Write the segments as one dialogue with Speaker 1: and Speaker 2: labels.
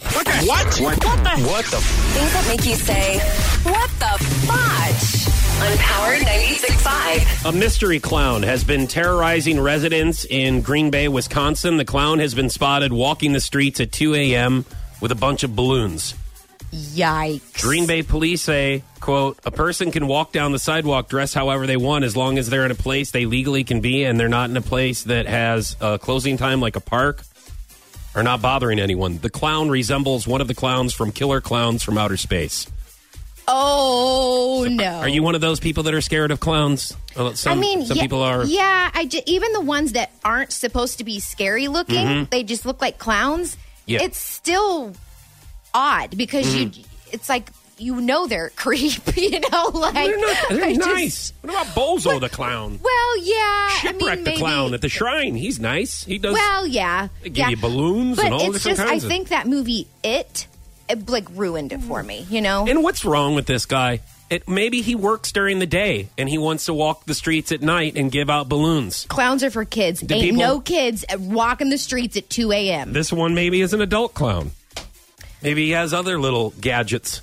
Speaker 1: What? What? What, what the? What the? F-
Speaker 2: Things that make you say, what the fudge? On Power 96.5.
Speaker 3: A mystery clown has been terrorizing residents in Green Bay, Wisconsin. The clown has been spotted walking the streets at 2 a.m. with a bunch of balloons.
Speaker 4: Yikes.
Speaker 3: Green Bay police say, quote, a person can walk down the sidewalk dressed however they want as long as they're in a place they legally can be and they're not in a place that has a closing time like a park or not bothering anyone. The clown resembles one of the clowns from Killer Clowns from Outer Space.
Speaker 4: Oh, no.
Speaker 3: Are you one of those people that are scared of clowns? Well, some,
Speaker 4: I mean,
Speaker 3: some
Speaker 4: yeah,
Speaker 3: people are.
Speaker 4: Yeah, I ju- even the ones that aren't supposed to be scary looking, they just look like clowns.
Speaker 3: Mm-hmm. Yeah.
Speaker 4: It's still odd because you, it's like you know they're creep. You know, like
Speaker 3: Mm-hmm. They're, not, they're
Speaker 4: I just-
Speaker 3: nice. What about Bozo the clown?
Speaker 4: well, yeah.
Speaker 3: Shipwreck
Speaker 4: I mean,
Speaker 3: the
Speaker 4: maybe,
Speaker 3: clown at the shrine. He's nice. He does.
Speaker 4: Well, yeah.
Speaker 3: They give
Speaker 4: yeah.
Speaker 3: you balloons
Speaker 4: but
Speaker 3: and all
Speaker 4: it's
Speaker 3: different
Speaker 4: just, I
Speaker 3: kinds of-
Speaker 4: think that movie It, it like ruined it for me. You know.
Speaker 3: And what's wrong with this guy? It, maybe he works during the day and he wants to walk the streets at night and give out balloons.
Speaker 4: Clowns are for kids.
Speaker 3: Do
Speaker 4: Ain't
Speaker 3: people-
Speaker 4: no kids walking the streets at 2 a.m.
Speaker 3: This one maybe is an adult clown. Maybe he has other little gadgets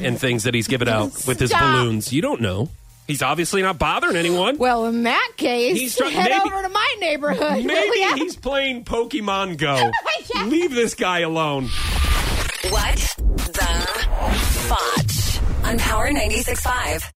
Speaker 3: and things that he's giving out with his
Speaker 4: Stop.
Speaker 3: balloons. You don't know. He's obviously not bothering anyone.
Speaker 4: Well, in that case,
Speaker 3: He's try-
Speaker 4: head
Speaker 3: maybe-
Speaker 4: over to my neighborhood.
Speaker 3: Maybe
Speaker 4: Yeah.
Speaker 3: he's playing Pokemon Go.
Speaker 4: Yeah.
Speaker 3: Leave this guy alone.
Speaker 2: What the fudge? On Power 96.5.